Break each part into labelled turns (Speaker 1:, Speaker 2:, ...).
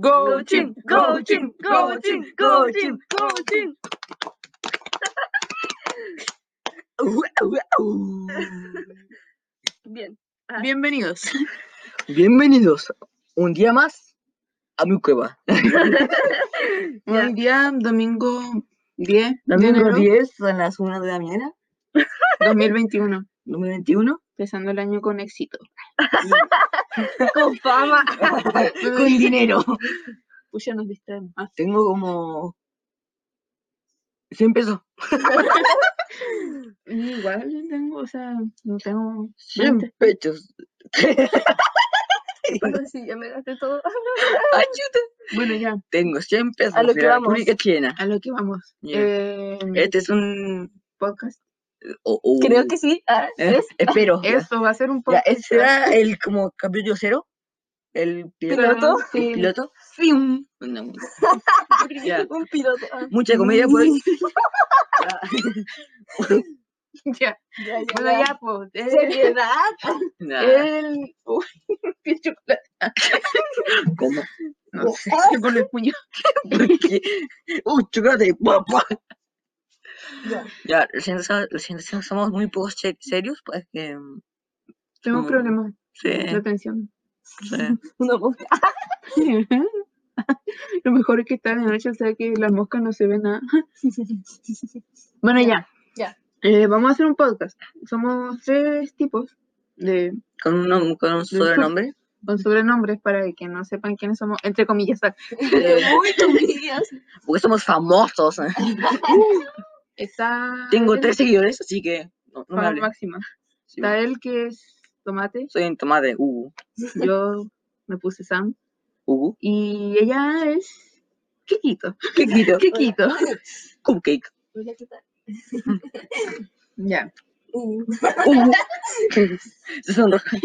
Speaker 1: Go team, go team, go team, go team, go team. Bien. Ajá.
Speaker 2: Bienvenidos.
Speaker 3: Bienvenidos un día más a mi cueva.
Speaker 2: Un día, domingo 10 de
Speaker 3: Domingo
Speaker 2: enero
Speaker 3: 10, son las 1 de la mañana,
Speaker 2: 2021.
Speaker 3: 2021.
Speaker 2: Empezando el año con éxito.
Speaker 1: Con fama.
Speaker 3: Con dinero.
Speaker 2: Uy, ya nos distraemos. Ah,
Speaker 3: Tengo como 100 pesos.
Speaker 2: Igual yo tengo, o sea, no tengo.
Speaker 3: 100 pechos.
Speaker 1: Bueno, sí, ya me gasté todo.
Speaker 3: Ayuda.
Speaker 2: Bueno, ya,
Speaker 3: Tengo 100 pesos
Speaker 1: A lo
Speaker 3: de
Speaker 1: que
Speaker 3: la
Speaker 1: vamos.
Speaker 3: República Chilena.
Speaker 2: a lo que vamos.
Speaker 3: Ya.
Speaker 2: Eh,
Speaker 3: Este es un...
Speaker 2: podcast.
Speaker 3: o- o-
Speaker 1: Creo que sí. ah,
Speaker 3: eh,
Speaker 1: es-
Speaker 3: Espero. ya.
Speaker 2: Eso va a ser un
Speaker 3: Ya,
Speaker 2: podcast.
Speaker 3: ese será el como capítulo cero. El piloto.
Speaker 1: piloto.
Speaker 3: El
Speaker 2: Sí.
Speaker 3: piloto. Fium. No, no. Ya.
Speaker 1: Un piloto. ah,
Speaker 3: Mucha comedia, pues. Ah,
Speaker 2: Ya.
Speaker 1: ya, ya,
Speaker 2: Bueno,
Speaker 1: ya.
Speaker 2: ya, pues. eh,
Speaker 1: Seriedad.
Speaker 3: Nah,
Speaker 2: El. Uy, qué chocolate.
Speaker 3: ¿Cómo?
Speaker 2: No sé, con el puño.
Speaker 3: ¿Por qué? ¡Uh, chocolate! ¡Pua, pua!
Speaker 1: Ya.
Speaker 3: Ya, lo siento, so- lo siento, so- somos muy pocos che- serios, pues que. mm,
Speaker 2: Tengo
Speaker 3: Mm.
Speaker 2: problemas
Speaker 3: Sí,
Speaker 2: de atención.
Speaker 3: sí.
Speaker 1: Una mosca.
Speaker 2: Lo mejor es que está de noche, o sea que las moscas no se ven nada. Bueno, ya.
Speaker 1: Ya.
Speaker 2: Eh, vamos a hacer un podcast. Somos tres tipos de,
Speaker 3: Con un, nom- con un sobrenombre.
Speaker 2: con sobrenombres para que no sepan quiénes somos, entre comillas. ah.
Speaker 3: eh,
Speaker 1: Muy comillas.
Speaker 3: porque somos famosos. ¿eh?
Speaker 2: Está.
Speaker 3: Tengo
Speaker 2: el-
Speaker 3: tres seguidores, así que. No, no me
Speaker 2: fama
Speaker 3: hablen.
Speaker 2: máxima.
Speaker 3: Sí,
Speaker 2: Está él que es tomate,
Speaker 3: Soy en tomate, Hugo.
Speaker 2: yo me puse Sam
Speaker 3: Hugo.
Speaker 2: y ella es Kikito.
Speaker 3: ¿Qué quito?
Speaker 2: Kikito.
Speaker 3: Cupcake.
Speaker 1: Hola, ¿qué tal?
Speaker 2: Ya.
Speaker 1: Uh,
Speaker 3: Hugo. Se sonroja.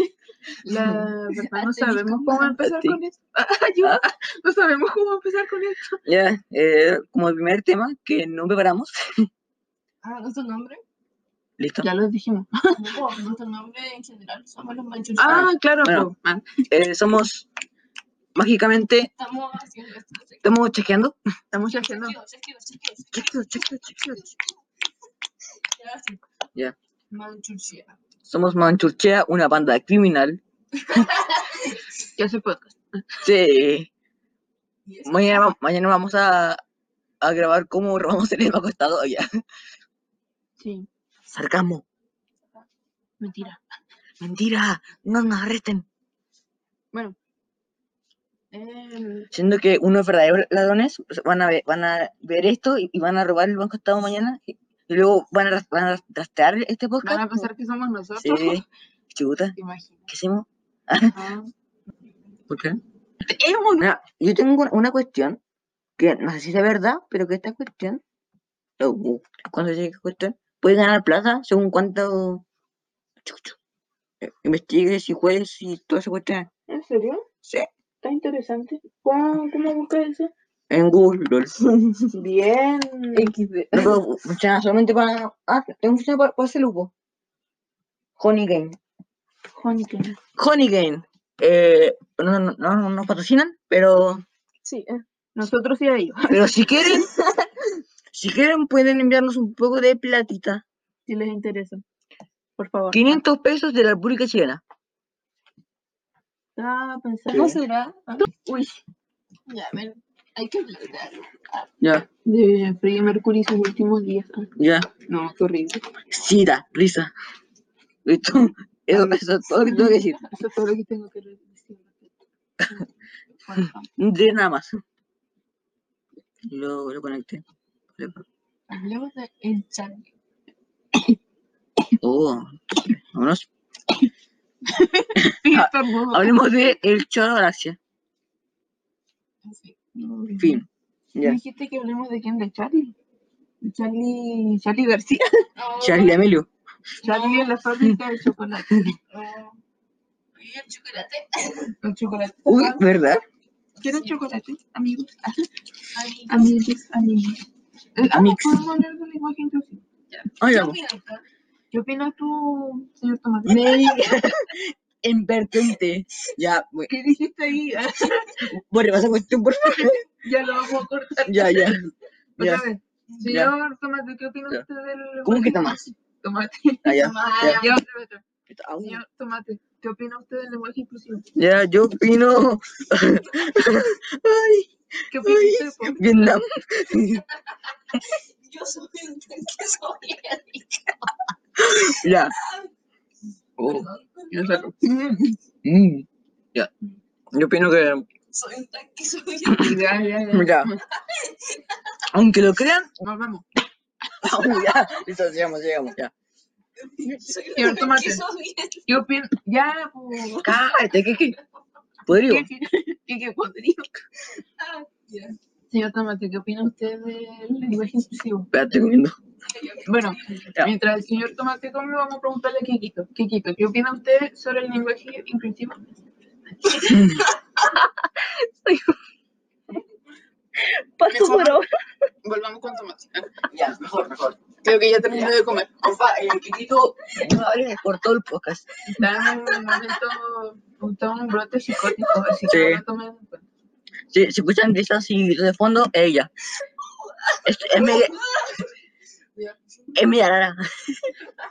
Speaker 2: La verdad no
Speaker 1: Asterisco.
Speaker 2: sabemos cómo empezar
Speaker 3: Asti-
Speaker 2: con esto. Ayuda. No sabemos cómo empezar con esto.
Speaker 3: Ya, eh, como el primer tema que no preparamos.
Speaker 1: ah, ¿Nuestro nombre?
Speaker 3: Listo.
Speaker 2: Ya lo dijimos.
Speaker 1: No, nuestro nombre en general. Somos los manchurrianos.
Speaker 2: Ah, claro.
Speaker 3: Bueno.
Speaker 2: po. Ah,
Speaker 3: Eh, somos mágicamente.
Speaker 1: Estamos haciendo esto. chequeo,
Speaker 3: Estamos chequeando.
Speaker 2: estamos ya haciendo.
Speaker 1: chequeo, chequeo, chequeo.
Speaker 3: Chequeo, chequeo, chequeo.
Speaker 1: Ya, sí.
Speaker 3: Ya.
Speaker 1: Manchurriano.
Speaker 3: Somos Manchurchea, una banda criminal.
Speaker 2: Ya se podcast.
Speaker 3: Sí.
Speaker 1: Y eso.
Speaker 3: Mañana, va- mañana vamos a, a grabar cómo robamos el banco estado ya.
Speaker 2: Sí,
Speaker 3: Sarcasmo.
Speaker 2: mentira.
Speaker 3: Mentira. No nos arresten.
Speaker 2: Bueno. Eh,
Speaker 3: Siendo que unos verdaderos ladrones pues, van a ver, van a ver esto y, y van a robar el banco estado mañana. Y, y luego van a, ras- van a rastrear este podcast.
Speaker 2: van a pensar que somos nosotros.
Speaker 3: Sí. Chuta.
Speaker 2: Imagina.
Speaker 3: ¿Qué hicimos?
Speaker 2: Ah,
Speaker 3: ¿Por qué? Mira, yo tengo una- una cuestión que no sé si es verdad, pero que esta cuestión, oh, uh, cuando llegue esta cuestión, puede ganar plata según cuánto chu, chu, eh, investigues y juegues y toda esa cuestión.
Speaker 2: ¿En serio?
Speaker 3: Sí,
Speaker 2: Está interesante. ¿Cómo, cómo buscas eso?
Speaker 3: en Google. lol.
Speaker 2: Bien.
Speaker 1: XD.
Speaker 3: No, pero funciona solamente para. Ah, tengo funciona para, para ese lupo. Honey Game.
Speaker 2: Honeycomb.
Speaker 3: Honey Game. Eh, no, no, no, no nos patrocinan, pero.
Speaker 1: Sí, eh.
Speaker 2: Nosotros y a ellos.
Speaker 3: Pero si quieren, si quieren pueden enviarnos un poco de platita.
Speaker 2: Si les interesa. Por favor.
Speaker 3: 500 pesos de la República Chilena.
Speaker 2: Estaba
Speaker 1: ¿Cómo
Speaker 2: pensando
Speaker 1: será? Ah,
Speaker 2: Uy,
Speaker 1: Ya, a ver. Hay que hablar de algo.
Speaker 3: Ya,
Speaker 2: de Freddie Mercury sus últimos días. Ah,
Speaker 3: ya.
Speaker 2: No, qué horrible.
Speaker 3: Sida, risa. ¿Listo? Eso, eso es todo lo que tengo que decir.
Speaker 2: Eso es todo lo que tengo que decir. Bueno,
Speaker 3: No diré nada más. Lo, lo conecté.
Speaker 1: Hablemos de el Charlie.
Speaker 3: Oh, vámonos.
Speaker 2: Sí,
Speaker 3: Ah,
Speaker 2: estornudo.
Speaker 3: Hablemos de el Choro Galaxia.
Speaker 1: En fin.
Speaker 3: Fin. Ya.
Speaker 2: Dijiste que hablemos de quién, de Charlie. De Charlie, Charlie García.
Speaker 1: No,
Speaker 3: Charlie Emilio.
Speaker 2: Charlie en la fábrica de chocolate.
Speaker 1: no. ah, ¿Y el chocolate?
Speaker 2: El chocolate.
Speaker 3: Uy, ¿verdad?
Speaker 2: ¿Quieren chocolate, amigos?
Speaker 1: Ay,
Speaker 2: Ah, Amigos, amigos. Eh, Ah,
Speaker 3: Amigos.
Speaker 2: podemos hablar de lenguaje inclusivo.
Speaker 3: Ay,
Speaker 1: ¿qué
Speaker 3: vamos.
Speaker 1: opinas, Carlos?
Speaker 2: ¿Qué opinas tú, señor Tomate?
Speaker 3: Me- en vertente. Ya, bueno,
Speaker 2: ¿Qué dijiste ahí? Ah,
Speaker 3: bueno, vas a cuestión, por favor.
Speaker 2: ya lo vamos a cortar.
Speaker 3: Ya, ya. ya.
Speaker 2: Otra vez.
Speaker 3: ya.
Speaker 2: Señor Tomate, ¿qué opina
Speaker 3: Ya.
Speaker 2: usted del.
Speaker 3: ¿Cómo que Tomás?
Speaker 2: Tomate.
Speaker 3: Ah, ya.
Speaker 1: Tomás.
Speaker 2: Ya, otra vez, otra vez.
Speaker 3: Au.
Speaker 2: Señor Tomate, ¿qué opina usted del lenguaje inclusivo?
Speaker 3: Ya, yo opino. Ay,
Speaker 2: ¿Qué opina
Speaker 3: Ay.
Speaker 2: usted? po?
Speaker 3: Vietnam.
Speaker 1: Yo soy un tanque soviético.
Speaker 3: Ya. Oh,
Speaker 2: Ya saco.
Speaker 3: mm, Ya. Yo opino que
Speaker 1: Soy un tanque soviético.
Speaker 2: Ya, ya, ya.
Speaker 3: Mira, aunque lo crean,
Speaker 2: Vamos, vamos.
Speaker 3: ya, listo, sigamos, sigamos, ya.
Speaker 1: Soy
Speaker 2: Señor,
Speaker 1: un
Speaker 2: tómate.
Speaker 1: tanque soviético.
Speaker 2: ¿Qué opina? Ya, po.
Speaker 3: Cállate, ¿qué, qué? Podrido.
Speaker 2: ¿Qué, qué, qué, qué podrido?
Speaker 1: Ah, ya.
Speaker 2: Señor Tomate, ¿qué opina usted del lenguaje inclusivo?
Speaker 3: Espérate, comiendo.
Speaker 2: Bueno,
Speaker 3: Ya.
Speaker 2: mientras el señor Tomate come, vamos a preguntarle a Kikito. Kikito, ¿qué opina usted sobre el lenguaje inclusivo?
Speaker 1: Paso por ahora.
Speaker 2: Volvamos con Tomate.
Speaker 3: Ya, mejor, mejor.
Speaker 2: Creo que ya terminé de comer.
Speaker 3: Opa, el chiquito no hables por todo el podcast.
Speaker 2: Está en un momento, todo un brote psicótico, así
Speaker 3: Sí.
Speaker 2: que no lo tomen en cuenta.
Speaker 3: Si, si escuchan risas y gritos de fondo, ella. Es, es media,
Speaker 2: Ya.
Speaker 3: es media rara.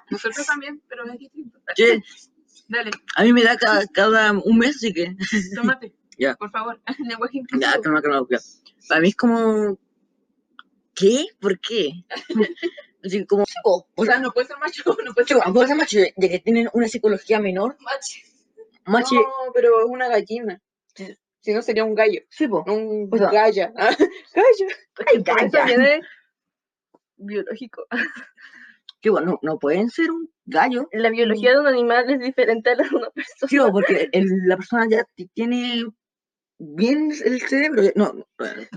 Speaker 2: Nosotros también, pero es distinto.
Speaker 3: Sí,
Speaker 2: Dale,
Speaker 3: a mí me da cada, cada un mes, así que.
Speaker 2: Tomate.
Speaker 3: Ya.
Speaker 2: Por favor, lenguaje inclusivo.
Speaker 3: Ya, calma, calma, ya. Para mí es como. ¿Qué? ¿Por qué? Así como.
Speaker 2: O sea, no puede ser macho, no puede ser
Speaker 3: Chico, ¿a vos, macho, de de que tienen una psicología menor, macho,
Speaker 2: No, pero es una gallina. Si no sería un gallo.
Speaker 3: sí, po.
Speaker 2: Un
Speaker 3: O sea-
Speaker 2: galla. Gallo.
Speaker 3: Ay,
Speaker 2: Eso
Speaker 3: galla.
Speaker 2: viene biológico.
Speaker 3: Chico, no, no pueden ser un gallo,
Speaker 4: La biología de un animal es diferente a la de una persona.
Speaker 3: chico, porque el- la persona ya ti- tiene bien el cerebro. No, no, o sea,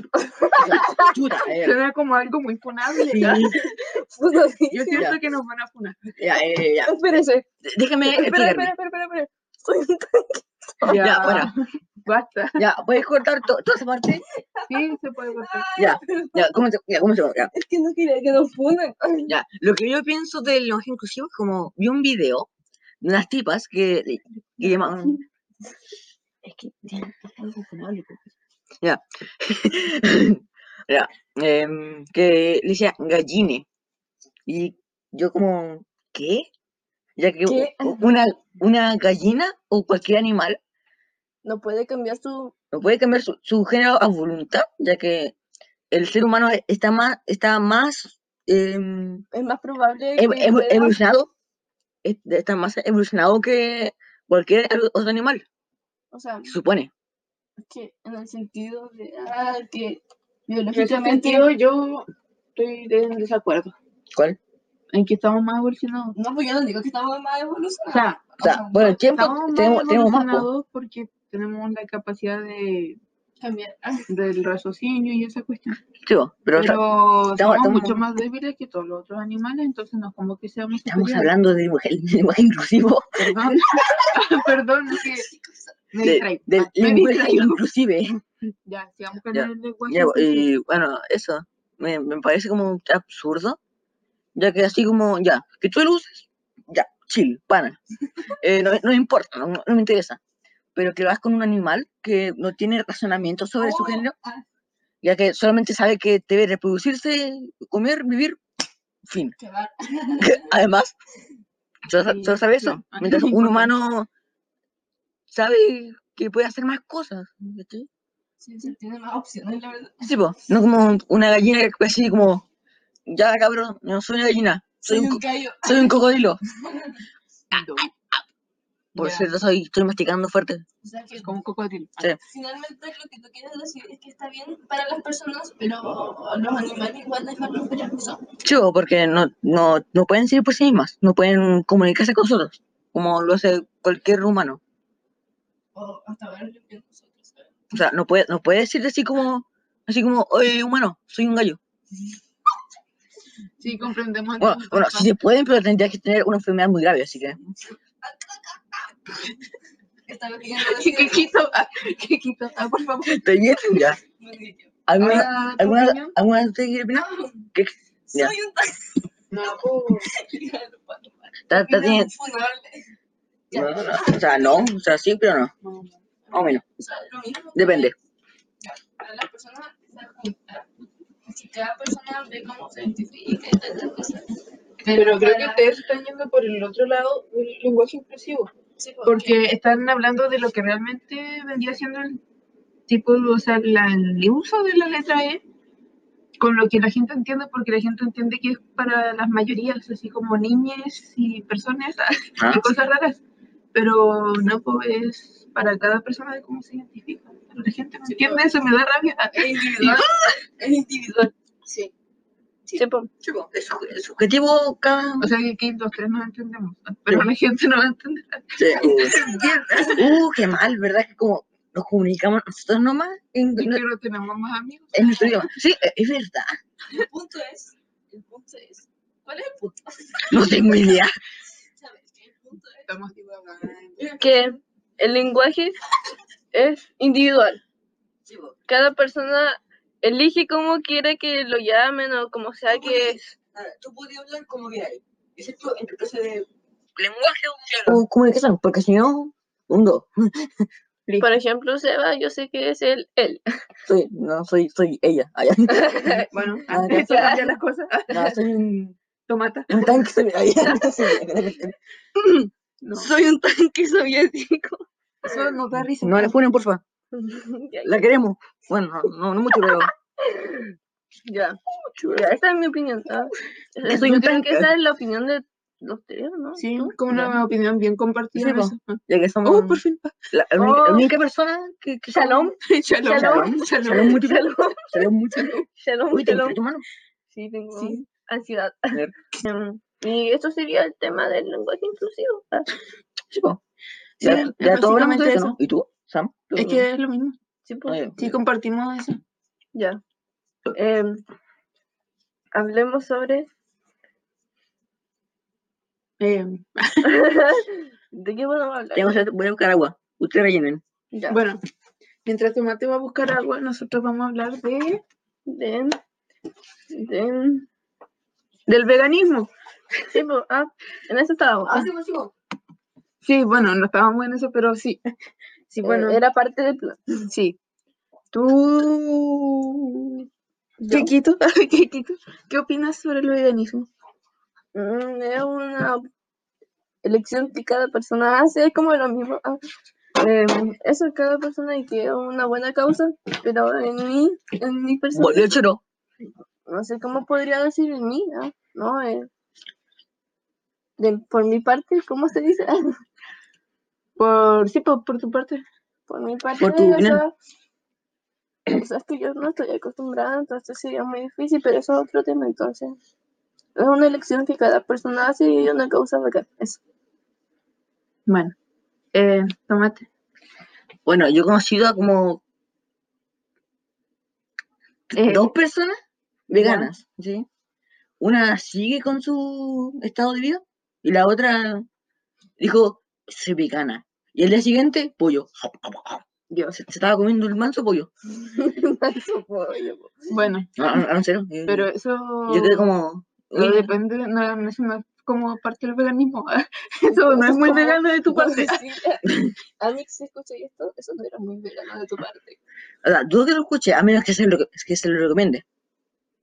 Speaker 3: chuta, eh,
Speaker 2: Suena como algo muy funable.
Speaker 3: sí,
Speaker 2: ya.
Speaker 4: Puta, sí.
Speaker 2: Yo siento que nos van a funar.
Speaker 3: ya, eh, ya.
Speaker 4: Espérese.
Speaker 3: Déjame
Speaker 4: Espera,
Speaker 3: explicarme.
Speaker 4: espera, espera, espera, espera. Soy un
Speaker 3: Ya, bueno.
Speaker 2: Basta.
Speaker 3: Ya, puedes cortar to- toda esa parte.
Speaker 2: Sí, se puede cortar.
Speaker 3: Ya, ya, ¿cómo se, ya, cómo se, ya.
Speaker 4: Es que no quería que nos funen.
Speaker 3: Ya, lo que yo pienso del lenguaje inclusivo es como vi un video de unas tipas que, que llamaban. Es que ya, es que no es razonable, po. Ya. ya. em, que le decía galline. Y yo como, ¿qué? Ya que u-
Speaker 4: ¿Qué?
Speaker 3: u- una, una gallina o cualquier animal
Speaker 4: No puede cambiar su.
Speaker 3: no puede cambiar su, su género a voluntad, ya que el ser humano e- está más, está más em,
Speaker 4: Es más probable.
Speaker 3: ev-
Speaker 4: que
Speaker 3: evo-
Speaker 4: pueda-
Speaker 3: Em, evolucionado es- está más evolucionado que cualquier al- otro animal,
Speaker 4: O sea,
Speaker 3: se supone.
Speaker 4: que en el sentido de. Ah, que
Speaker 2: En ese
Speaker 4: biológicamente.
Speaker 2: sentido, yo estoy en desacuerdo.
Speaker 3: ¿Cuál?
Speaker 2: En que estamos más evolucionados.
Speaker 4: No, pues yo no digo que estamos más
Speaker 2: O
Speaker 4: evolucionados.
Speaker 2: sea,
Speaker 3: O sea, por el tiempo
Speaker 2: estamos más
Speaker 3: tenemos, tenemos más. po.
Speaker 2: evolucionados porque tenemos la capacidad de,
Speaker 4: También.
Speaker 2: del raciocinio y esa cuestión.
Speaker 3: Sí, po, pero, o sea, estamos-
Speaker 2: Pero somos
Speaker 3: estamos-
Speaker 2: mucho más débiles que todos los otros animales, entonces no es como que seamos
Speaker 3: estamos
Speaker 2: superiores.
Speaker 3: hablando de lenguaje, lenguaje inclusivo,
Speaker 2: Perdón, perdón, es que me
Speaker 3: de-
Speaker 2: distraí.
Speaker 3: del
Speaker 2: Ah, me
Speaker 3: lenguaje
Speaker 2: distraí.
Speaker 3: inclusive.
Speaker 2: Ya, sigamos con
Speaker 3: Ya,
Speaker 2: el lenguaje.
Speaker 3: Ya,
Speaker 2: inclusivo.
Speaker 3: y bueno, eso me, me parece como absurdo, ya que así como, ya, que tú lo uses, ya, chill, pana. Eh, no, no importa, no, no me interesa. Pero que lo hagas con un animal que no tiene razonamiento sobre su
Speaker 4: Oh,
Speaker 3: género,
Speaker 4: ah.
Speaker 3: ya que solamente sabe que debe reproducirse, comer, vivir, fin.
Speaker 4: Que va-
Speaker 3: Además, solo, sa-
Speaker 2: Sí,
Speaker 3: solo sabe
Speaker 2: claro,
Speaker 3: eso,
Speaker 2: a mí
Speaker 3: mientras
Speaker 2: no me
Speaker 3: un
Speaker 2: importa.
Speaker 3: humano sabe que puede hacer más cosas. ¿cachai?
Speaker 4: Sí, sí, tiene más opciones, la verdad.
Speaker 3: Sí, po, no como una gallina que puede decir como, ya cabrón, no soy una gallina, soy un, co-
Speaker 4: gallo.
Speaker 3: soy un cocodrilo.
Speaker 2: Do-
Speaker 3: Por
Speaker 2: Ya,
Speaker 3: cierto, soy, estoy masticando fuerte.
Speaker 4: O sea, que
Speaker 2: Como un cocodrilo.
Speaker 3: Sí.
Speaker 4: finalmente lo que tú quieres decir es que está bien para las personas, pero los animales igual dejarlos ver eso.
Speaker 3: Chivo, porque no, no, no pueden seguir por sí mismas, no pueden comunicarse con nosotros, como lo hace cualquier humano.
Speaker 4: O hasta ver lo que nosotros sabemos.
Speaker 3: O sea, no puede, no puede decir así como, así como, oye, humano, soy un gallo.
Speaker 2: Sí, comprendemos.
Speaker 3: Bueno,
Speaker 2: entonces,
Speaker 3: bueno,
Speaker 2: papá.
Speaker 3: sí se pueden, pero tendrías que tener una enfermedad muy grave, así que.
Speaker 4: Está bien.
Speaker 2: ¿Qué, qué quito? Ah, ¿Qué quito? Ah, por favor.
Speaker 3: Te llevo ya. ¿Alguna,
Speaker 2: Ahora, ¿tu
Speaker 3: alguna,
Speaker 2: opinión?
Speaker 3: alguna de ustedes quiere opinar? Ya.
Speaker 4: Soy un
Speaker 2: No, po.
Speaker 4: taxi.
Speaker 3: Está- está bien.
Speaker 4: funable.
Speaker 5: Ya.
Speaker 3: No, no. O sea, no, o sea, sí, pero no.
Speaker 5: No, no.
Speaker 3: Más o menos.
Speaker 5: O sea, lo mismo que-
Speaker 3: Depende.
Speaker 5: Para las personas, la junta. Si cada persona ve cómo se identifica y pues, tantas cosas.
Speaker 2: Pero creo que
Speaker 5: para-
Speaker 2: ustedes están yendo por el otro lado del lenguaje inclusivo.
Speaker 5: sí,
Speaker 2: Porque están hablando de lo que realmente vendría siendo el tipo, o sea, la- el uso de la letra E con lo que la gente entiende, porque la gente entiende que es para las mayorías, así como niñas y personas,
Speaker 3: Ah.
Speaker 2: y cosas raras. Pero no, pues es para cada persona de cómo se identifica. Pero la gente no
Speaker 5: Sí,
Speaker 2: entiende eso, me da rabia.
Speaker 5: Es individual. es individual.
Speaker 3: Sí.
Speaker 2: Sí, po.
Speaker 3: Sí, po, es su- es subjetivo cada.
Speaker 2: O sea, que, que los tres no entendemos, pero la gente no va a entender.
Speaker 3: Sí. Uh, qué mal, ¿verdad? Que como nos comunicamos nosotros nomás en,
Speaker 2: Y que no tenemos más amigos.
Speaker 3: en nuestro idioma. Sí, es- es verdad.
Speaker 5: El punto es. El punto es. ¿Cuál es el punto?
Speaker 3: No tengo idea.
Speaker 5: ¿Sabes qué? El punto es.
Speaker 2: Estamos
Speaker 4: que el lenguaje es individual.
Speaker 3: Sí, po.
Speaker 4: Cada persona elige cómo quiere que lo llamen o como sea que es.
Speaker 6: Tú podías hablar como queráis, excepto en tu clase de
Speaker 3: Lenguaje o comunicación, porque si no, hundo.
Speaker 4: Por ejemplo, Seba, yo sé que es el él.
Speaker 3: Soy, no, soy, soy ella. Allá.
Speaker 2: Bueno,
Speaker 3: Ah,
Speaker 2: antes de
Speaker 4: ya.
Speaker 2: cambiar las cosas,
Speaker 3: No, soy un,
Speaker 2: tomata.
Speaker 3: un tanque. Soy, allá.
Speaker 2: No.
Speaker 4: Soy un tanque soviético.
Speaker 2: Eso no da risa.
Speaker 3: No le ponen, porfa.
Speaker 4: ya,
Speaker 3: La queremos. Bueno, no, no, no mucho, pero.
Speaker 4: ya. Ya, esa es mi opinión. ¿no?
Speaker 3: Soy
Speaker 4: yo
Speaker 3: un
Speaker 4: creo que
Speaker 3: tanque.
Speaker 4: esa es la opinión de los tres, ¿no?
Speaker 2: Sí,
Speaker 4: ¿Tú?
Speaker 2: como una opinión bien compartida.
Speaker 3: Sí,
Speaker 2: en
Speaker 3: po.
Speaker 2: eso. Ah.
Speaker 3: Ya que somos.
Speaker 2: Oh, por fin.
Speaker 3: La, la única, la
Speaker 4: Oh.
Speaker 3: única persona que. que
Speaker 4: Shalom,
Speaker 2: Shalom.
Speaker 4: Shalom.
Speaker 3: Shalom mucho.
Speaker 4: Shalom.
Speaker 3: Shalom mucho.
Speaker 4: shalom,
Speaker 3: Uy, te
Speaker 4: shalom.
Speaker 3: enfrió tu mano.
Speaker 4: Sí, tengo
Speaker 2: Sí.
Speaker 4: ansiedad.
Speaker 3: ver.
Speaker 4: Em, y eso sería el tema del lenguaje inclusivo. Ah,
Speaker 3: Sí, po.
Speaker 2: Sí,
Speaker 3: ya, ya todos hablamos de
Speaker 2: básicamente
Speaker 3: eso, ¿no? ¿Y tú, Sam?
Speaker 4: tú-
Speaker 2: Es que es lo mismo.
Speaker 4: sí, pues,
Speaker 3: Oye,
Speaker 2: Sí, compartimos eso.
Speaker 4: ya. Em, hablemos sobre
Speaker 2: Eh,
Speaker 4: de qué podemos hablar.
Speaker 3: tengo sed, voy a buscar agua. Ustedes rellenen.
Speaker 4: Ya.
Speaker 2: bueno, mientras Tomate va a buscar agua, nosotros vamos a hablar de,
Speaker 4: De, de,
Speaker 2: del veganismo.
Speaker 4: sí, pues, ah, en eso estábamos. Ah,
Speaker 2: Sí, bueno, no estábamos en eso, pero sí. Sí, bueno,
Speaker 4: eh, era parte del plan.
Speaker 2: sí. Tú, Kikito, Kikito, ¿qué opinas sobre el veganismo?
Speaker 4: Mm, es una elección que cada persona hace, es como lo mismo. ah, em, eso es cada persona y que es una buena causa, pero en mí, en mi persona,
Speaker 3: Volvió el choro.
Speaker 4: no sé cómo podría decir en mí, ah, ¿no? eh, de- por mi parte, ¿cómo se dice?
Speaker 2: Por, sí, por, por tu parte.
Speaker 4: por mi parte,
Speaker 3: Por tu
Speaker 4: o
Speaker 3: opinión.
Speaker 4: sea, quizás que yo no estoy acostumbrada, entonces sería muy difícil, pero eso es otro tema, entonces. Es una elección que cada persona hace y una causa bacán, eso.
Speaker 2: Bueno, eh, Tomate.
Speaker 3: Bueno, yo he conocido a como
Speaker 2: Eh,
Speaker 3: dos personas veganas, ¿sí? Una sigue con su estado de vida y la otra dijo, soy vegana. Y el día siguiente, pollo. Se, se estaba comiendo el manso pollo.
Speaker 2: Bueno,
Speaker 3: No, no, no, en serio, eh,
Speaker 2: Pero eso
Speaker 3: yo quedé como...
Speaker 2: no
Speaker 3: eh,
Speaker 2: depende, no, eso no es como parte del veganismo. Eso no es muy
Speaker 4: Como-
Speaker 2: vegano de tu
Speaker 4: Bueno,
Speaker 2: parte.
Speaker 4: sí, Anix, si escuché esto, eso no era muy vegano de tu parte.
Speaker 3: o sea, dudo que lo escuche, a menos que se lo, que se lo recomiende.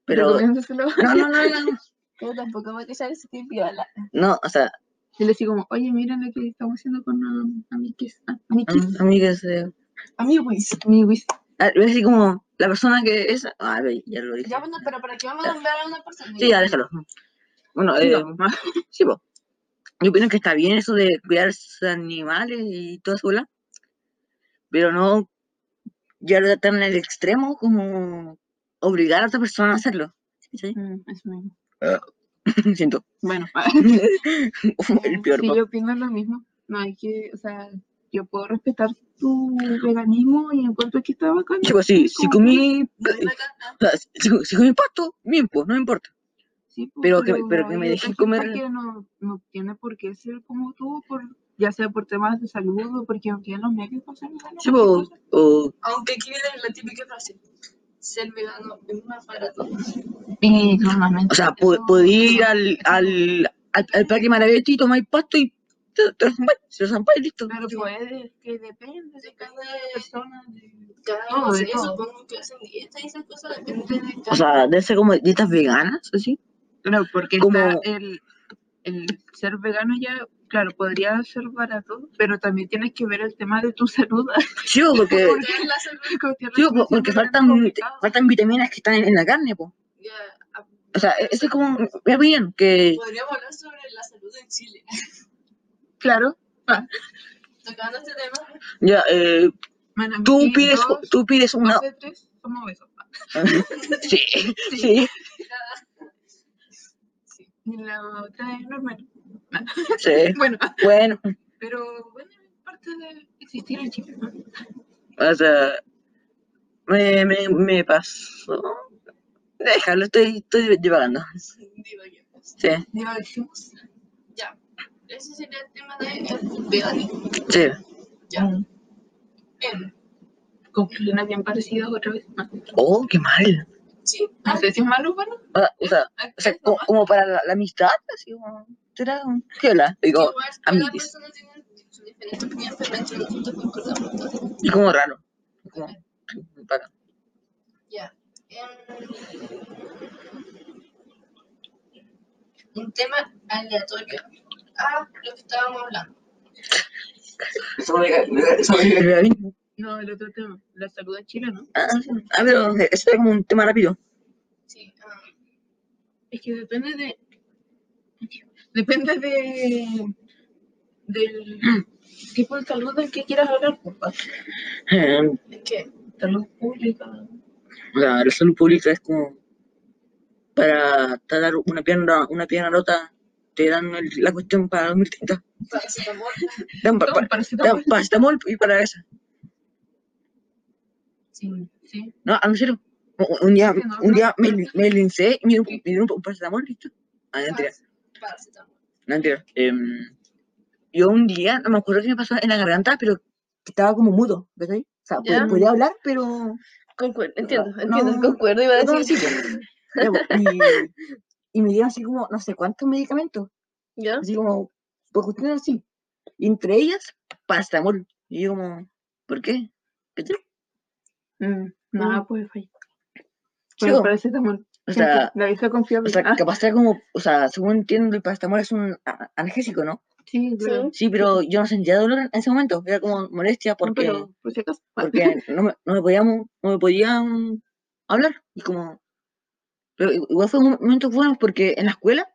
Speaker 3: Pero...
Speaker 2: Recomiéndaselo.
Speaker 3: No, no, no, no, no.
Speaker 4: Yo tampoco voy a callar ese tipo de ala.
Speaker 3: No, o sea,
Speaker 2: Y le decía como, oye, mira lo que estamos haciendo con um, amigues. Ah, amigues.
Speaker 3: am- amigas... eh,
Speaker 5: A mí, Luis.
Speaker 4: pues.
Speaker 2: Amiguis.
Speaker 3: Ah, es así como la persona que es. Ah, ve, ya lo dije.
Speaker 5: Ya, bueno, pero ¿para qué vamos a nombrar a una persona?
Speaker 3: Sí, ya déjalo. Bueno,
Speaker 2: Sí,
Speaker 3: eh,
Speaker 2: no.
Speaker 3: sí, po. Yo pienso que está bien eso de cuidar sus animales y toda su bola, pero no ya lo tan al extremo como obligar a otra persona a hacerlo. ¿Sí?
Speaker 2: Mm, eso mismo.
Speaker 3: Siento.
Speaker 2: Bueno,
Speaker 3: El peor.
Speaker 2: sí,
Speaker 3: po.
Speaker 2: yo opino lo mismo. No hay que, o sea, yo puedo respetar tu veganismo y encuentro que está bacán.
Speaker 3: Sí, po, sí, si
Speaker 2: como
Speaker 3: comí.
Speaker 5: Ven acá, ah,
Speaker 3: Si, si comí pasto, bien, pues, no me importa.
Speaker 2: Sí, pues,
Speaker 3: Pero que- pero que me
Speaker 2: hay
Speaker 3: dejen
Speaker 2: otra
Speaker 3: comer-
Speaker 2: gente que no, no tiene por qué ser como tú, por, ya sea por temas de salud o porque no tienen los medios para ser vegano,
Speaker 3: Sí, pues.
Speaker 2: cualquier
Speaker 3: po,
Speaker 2: cosa.
Speaker 3: o.
Speaker 5: Aunque aquí viene la típica frase. Ser vegano es más barato.
Speaker 2: Y normalmente.
Speaker 3: O sea, po-
Speaker 2: eso-
Speaker 3: podí ir al, al, al, al Parque Maravetti y tomar pasto y Tú, tú eres un pai, si eres un pai, listo.
Speaker 2: Pero puede, que depende de cada persona. de-
Speaker 4: Cada
Speaker 2: Todo,
Speaker 4: no
Speaker 2: de
Speaker 4: sé,
Speaker 2: todo.
Speaker 4: supongo que hacen dieta y esas cosas depende.
Speaker 2: depende de
Speaker 3: O
Speaker 2: cada-
Speaker 3: sea, debe ser como dietas veganas, así.
Speaker 2: No, porque
Speaker 3: Como-
Speaker 2: está el, el ser vegano ya, claro, podría ser barato, pero también tienes que ver el tema de tu salud.
Speaker 3: Sí, o porque,
Speaker 4: Porque es la salud,
Speaker 3: sí, o po- porque faltan, faltan vitaminas que están en, en la carne, po.
Speaker 4: ya, ah,
Speaker 3: O sea, e- ese es como mi opinión, que
Speaker 4: Podríamos hablar sobre la salud en Chile.
Speaker 2: Claro.
Speaker 4: Tocando este tema,
Speaker 3: ya, eh,
Speaker 2: Bueno,
Speaker 3: tú,
Speaker 2: y
Speaker 3: pides,
Speaker 2: dos,
Speaker 3: tú pides una...
Speaker 2: dos de tres somos obesos.
Speaker 3: Sí, sí,
Speaker 2: Y la otra es normal.
Speaker 3: sí.
Speaker 2: Bueno,
Speaker 3: Bueno,
Speaker 2: pero bueno, es parte de existir en Chile. ¿no?
Speaker 3: o sea, me, me, me pasó... Déjalo, estoy, estoy divagando.
Speaker 4: digo yo. pues.
Speaker 3: Sí,
Speaker 2: Ya dijimos.
Speaker 4: Ya, ese sería el tema de el veganismo.
Speaker 3: sí.
Speaker 4: Ya.
Speaker 3: Mm.
Speaker 4: Em,
Speaker 2: Conclusiones bien parecidas otra vez. No,
Speaker 3: Oh, qué mal.
Speaker 4: sí,
Speaker 2: no sé si es malo o bueno.
Speaker 3: Ah, O sea, o sea,
Speaker 2: Es
Speaker 3: co- como, para la, la amistad, así como... ¿Será un... ¿Qué hola? Digo,
Speaker 4: igual cada
Speaker 3: amiguis.
Speaker 4: persona tiene su diferente opinión, pero entre nosotros concordamos todos.
Speaker 2: pues,
Speaker 3: Y como raro. Como, sí, bacán.
Speaker 4: Ya. em, un tema aleatorio a lo que estábamos hablando.
Speaker 2: No, el otro tema, la salud en Chile, ¿no?
Speaker 3: Ah, sí. Ah, pero eso es como un tema rápido.
Speaker 4: Sí, ah,
Speaker 2: Es que depende de. Depende de. del tipo de salud del que quieras hablar, compa.
Speaker 3: Eh,
Speaker 4: es que
Speaker 2: Salud pública.
Speaker 3: la, la salud pública es como para tratar una pierna, una pierna rota, te dan el- la cuestión para 2030.
Speaker 4: paracetamol,
Speaker 3: Dan, pa-
Speaker 2: No,
Speaker 3: pa-
Speaker 2: paracetamol.
Speaker 3: dan paracetamol y para esa.
Speaker 2: Sí, sí.
Speaker 3: No, a no ser. un- Un día,
Speaker 2: Sí, no,
Speaker 3: un
Speaker 2: no.
Speaker 3: día me, me lincé y me dieron, me dieron un paracetamol, listo. Ah, no, mentira,
Speaker 4: parac- paracetamol.
Speaker 3: no, mentira. Em, yo un día, no me acuerdo qué me pasó en la garganta, pero estaba como mudo, ¿cachai? O sea,
Speaker 7: Ya.
Speaker 3: pod- podía hablar, pero.
Speaker 7: Concuerdo, entiendo,
Speaker 3: No,
Speaker 7: entiendo,
Speaker 3: no.
Speaker 7: concuerdo. Iba a
Speaker 3: No,
Speaker 7: decir,
Speaker 3: Ya, po, y, y me dieron así como no sé cuántos medicamentos,
Speaker 7: ¿ya?
Speaker 3: así como, pues cuestiones así. Y entre ellas, paracetamol. Y yo como, ¿por qué? ¿Qué te- Mm,
Speaker 4: Ah,
Speaker 7: Mm,
Speaker 2: Nada puede fallar.
Speaker 3: Yo,
Speaker 2: pues, Pero paracetamol.
Speaker 3: o sea,
Speaker 2: la vista
Speaker 3: o
Speaker 2: confiable.
Speaker 3: sea,
Speaker 2: Ah,
Speaker 3: capaz era como, o sea, según entiendo, el paracetamol es un a- analgésico, ¿no?
Speaker 2: sí, claro.
Speaker 3: Sí, pero yo no sentía dolor en ese momento, era como molestia
Speaker 2: No,
Speaker 3: porque,
Speaker 2: pero, por si acaso. ah,
Speaker 3: porque no, me, no me podíamos, no me podían hablar. Y como, pero i- igual fue un momento bueno porque en la escuela,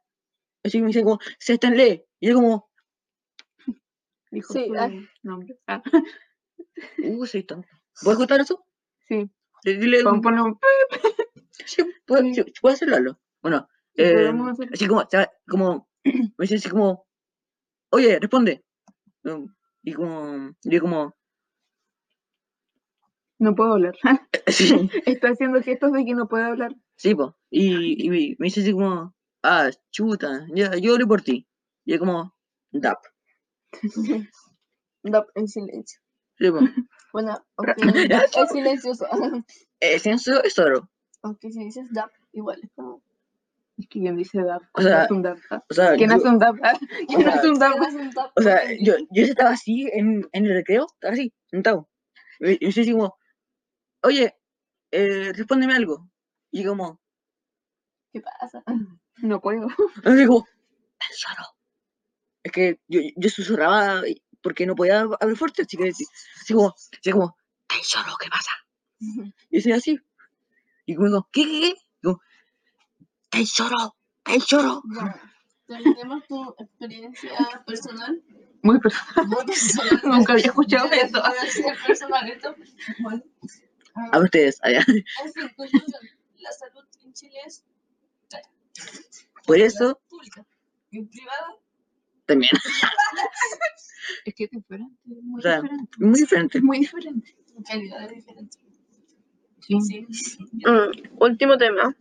Speaker 3: así me dicen como, se está en ley. Y yo como,
Speaker 2: Dijo
Speaker 7: Sí,
Speaker 2: su
Speaker 7: ah.
Speaker 2: nombre. Ah,
Speaker 3: Uh, soy tonta. ¿Puedes contar eso?
Speaker 2: sí.
Speaker 3: Eh, Dile,
Speaker 2: Vamos a poner un.
Speaker 3: sí, ¿puedo, sí, sí, ¿puedo hacerlo? Lalo? Bueno, eh,
Speaker 2: podemos hacer-
Speaker 3: así como, ¿sabes? como, me dicen así como, oye, responde. Um, Y como, yo como,
Speaker 2: No puedo hablar.
Speaker 3: sí,
Speaker 2: Está haciendo gestos de que no puede hablar.
Speaker 3: sí, po. Y, y me, me dice así como, ah, chuta, ya, yo oré por ti. Y yo como, dap.
Speaker 7: No, en silencio.
Speaker 3: Sí, po.
Speaker 7: Bueno, aunque
Speaker 3: Ya,
Speaker 7: es silencioso.
Speaker 3: eh, silencio es oro.
Speaker 7: aunque si dices DAP, igual es como.
Speaker 2: Es que quien dice DAP.
Speaker 3: O sea,
Speaker 2: es un DAP. Ah,
Speaker 3: O sea,
Speaker 2: ¿Quién
Speaker 3: yo,
Speaker 2: hace un DAP? Ah, ¿Quién
Speaker 3: sea,
Speaker 2: hace un DAP?
Speaker 7: Hagas un DAP,
Speaker 3: o sea,
Speaker 7: ok.
Speaker 3: yo, yo estaba así en, en el recreo, estaba así, sentado. Y y yo así como, oye, eh, respóndeme algo. Y yo como,
Speaker 7: ¿Qué pasa?
Speaker 2: No puedo.
Speaker 3: Y yo como, "Tan solo". Es que yo, yo susurraba y- porque no podía hab- hablar fuerte, así que así, así como, así como, tan solo, ¿qué pasa? Y soy así. Y como digo, ¿qué, qué, qué? Y como, tan solo, tan solo.
Speaker 4: Ya. Terminemos tu experiencia personal.
Speaker 2: Muy personal.
Speaker 4: Muy personal.
Speaker 2: Nunca había escuchado
Speaker 4: Debe-
Speaker 2: eso.
Speaker 4: debe ser personal esto. pues, Bueno, ah,
Speaker 3: A ustedes, allá.
Speaker 4: en fin, conclusión. La salud en Chile es
Speaker 3: Por eso,
Speaker 4: pública. Y privada,
Speaker 3: también,
Speaker 2: Es que es diferente. Muy
Speaker 3: O sea,
Speaker 2: diferente.
Speaker 3: muy diferente.
Speaker 2: Es muy diferente.
Speaker 4: en calidad es diferente.
Speaker 2: Sí.
Speaker 4: Sí.
Speaker 7: Mm, último tema.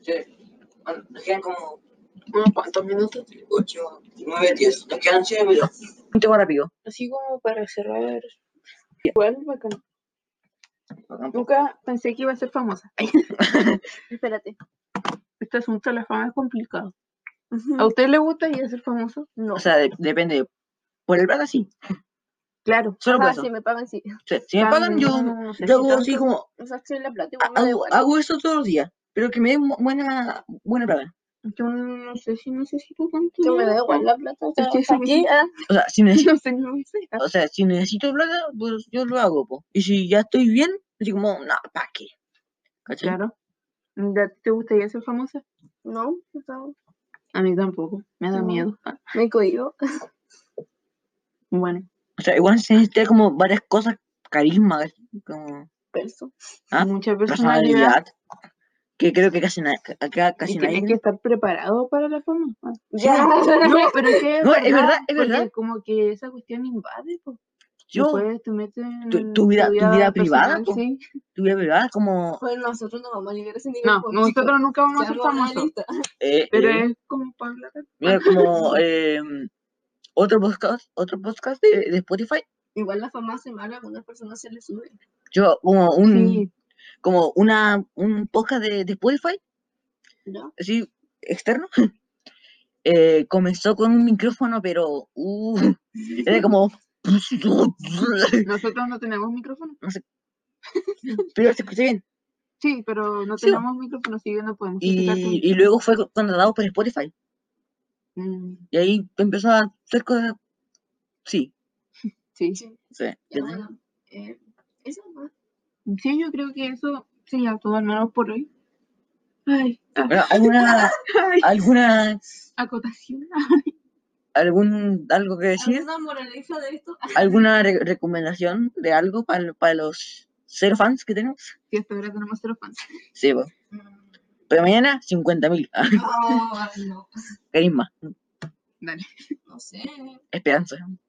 Speaker 3: Nos quedan como unos cuantos minutos, 8, 9, 10. Nos quedan pues 7 minutos. Un tema rápido.
Speaker 2: Así como para cerrar. Igual, bacán. Nunca pensé que iba a ser famosa.
Speaker 7: Espérate.
Speaker 2: Este asunto de
Speaker 7: Ah,
Speaker 2: la fama es complicado. ¿A usted le gusta ir a ser famoso?
Speaker 7: No.
Speaker 3: O sea, de- depende. Por el plata sí.
Speaker 2: Claro.
Speaker 3: Solo por
Speaker 7: Ah,
Speaker 3: eso.
Speaker 7: si me pagan, sí.
Speaker 3: Sí, Si me pagan, yo,
Speaker 2: No sé
Speaker 3: yo
Speaker 2: si
Speaker 3: hago así
Speaker 2: tanto.
Speaker 3: como.
Speaker 7: O sea, si la plata igual me da
Speaker 3: Hago,
Speaker 7: igual.
Speaker 3: hago eso todos los días. Pero que me den bu- buena, buena plata.
Speaker 2: Yo no sé si necesito tanto.
Speaker 7: Que me da igual la plata. O sea,
Speaker 2: que eso
Speaker 7: ¿pa' qué? Ah,
Speaker 3: O sea, si necesito,
Speaker 7: no sé, no sé. Ah,
Speaker 3: o sea, si necesito plata, pues yo lo hago. po. Y si ya estoy bien, así como, no, ¿para qué? ¿Cachai?
Speaker 2: Claro. Ya, ¿Te gustaría ser famosa?
Speaker 7: No, o sea,
Speaker 2: A mí tampoco. Me da
Speaker 7: No.
Speaker 2: miedo. Ah,
Speaker 7: me cohibo.
Speaker 2: Bueno.
Speaker 3: O sea, igual se necesita como varias cosas, carisma, ¿cachai? como
Speaker 7: Perso.
Speaker 3: Ah,
Speaker 2: Mucha personalidad.
Speaker 3: personalidad. Que creo que casi, na- acá
Speaker 2: Y
Speaker 3: casi nadie.
Speaker 2: tienes que estar preparado para la fama. Ah.
Speaker 7: Ya.
Speaker 2: No, pero es que
Speaker 3: No, es verdad, es
Speaker 2: porque
Speaker 3: verdad.
Speaker 2: Como que esa cuestión invade, pues.
Speaker 3: Yo,
Speaker 2: Después te metes en
Speaker 3: tu- tu vida- tu vida privada, po.
Speaker 2: sí.
Speaker 3: tu vida privada, como.
Speaker 4: Pues nosotros no vamos a llegar a ese nivel.
Speaker 2: No,
Speaker 4: pues, chicos.
Speaker 2: nosotros nunca vamos a ser
Speaker 4: Seamos
Speaker 2: famosos.
Speaker 4: realistas.
Speaker 3: eh,
Speaker 2: Pero
Speaker 3: eh,
Speaker 2: es como para hablar.
Speaker 3: mira, como. eh, otro podcast, otro podcast de, de Spotify.
Speaker 4: Igual la fama hace mal, a algunas personas se les sube.
Speaker 3: Yo, como un.
Speaker 2: Sí,
Speaker 3: como una, un podcast de, de Spotify,
Speaker 4: ¿no?
Speaker 3: así, externo. Eh, comenzó con un micrófono, pero uh, era como.
Speaker 2: nosotros no tenemos micrófono.
Speaker 3: Pero se escuchó bien.
Speaker 2: Sí, pero no
Speaker 3: Sí, o-
Speaker 2: tenemos micrófono, sí, no podemos criticar con-
Speaker 3: Y, y luego fue co- contratado por Spotify.
Speaker 2: Mm,
Speaker 3: Y ahí empezó a hacer cosas. Sí, sí.
Speaker 2: sí.
Speaker 4: Ya,
Speaker 3: ¿entendés?
Speaker 4: bueno, eh, eso ¿no?
Speaker 2: Sí, yo creo que eso sería todo, al menos por hoy. Ay, ah,
Speaker 3: Bueno, ¿Alguna,
Speaker 2: ay,
Speaker 3: alguna,
Speaker 2: acotación.
Speaker 3: algún, algo que decir?
Speaker 4: ¿Alguna moraleja de esto?
Speaker 3: ¿Alguna re- recomendación de algo para, para los cero fans que tenemos?
Speaker 2: Que hasta ahora tenemos cero fans.
Speaker 3: Sí, pues. Pero mañana 50.000. Ah,
Speaker 4: No, no,
Speaker 3: Carisma,
Speaker 2: Dale.
Speaker 4: no sé.
Speaker 3: esperanza.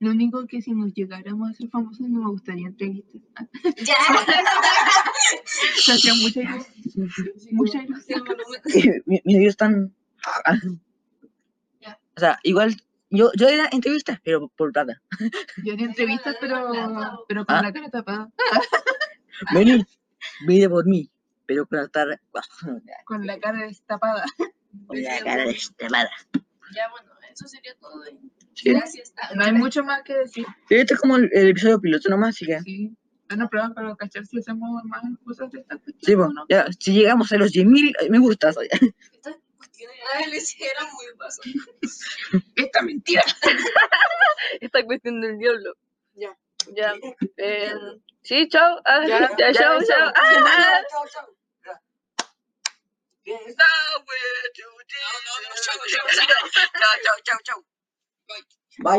Speaker 2: Lo único que si nos llegáramos a ser famosos no me gustaría entrevistas. Ah,
Speaker 4: Ya,
Speaker 2: Se hacía mucha ilusión. Mucha ilusión.
Speaker 4: sí, el volumen.
Speaker 3: Mi- Mis videos están. ah,
Speaker 4: Ya.
Speaker 3: O sea, igual. Yo, yo era entrevista, pero por plata.
Speaker 2: Yo haría entrevistas, pero, pero con
Speaker 3: Ah.
Speaker 2: la cara tapada.
Speaker 3: Vení, vení por mí. Pero con la cara.
Speaker 2: Con la cara destapada.
Speaker 3: Con la cara desterrada.
Speaker 4: Ya, bueno, eso sería todo. eh.
Speaker 3: Sí,
Speaker 4: Gracias. Ah,
Speaker 2: No hay mucho más que decir.
Speaker 3: Sí, este es como el, el episodio piloto nomás, así que.
Speaker 2: Sí. Van a probar para cachar si hacemos más cosas de estas
Speaker 3: Sí,
Speaker 2: cuestiones.
Speaker 3: pues,
Speaker 2: ¿o no?
Speaker 3: ya, si llegamos a los 10.000 me gustas.
Speaker 4: Estas cuestiones ah, les eran muy paso.
Speaker 2: Esta mentira.
Speaker 7: Esta cuestión del diablo.
Speaker 4: Ya.
Speaker 7: Ya. Eh, sí, chao. Ah,
Speaker 4: Ya,
Speaker 7: ya, chao, chao. Ah, ah.
Speaker 4: Chao, chao.
Speaker 3: Bye.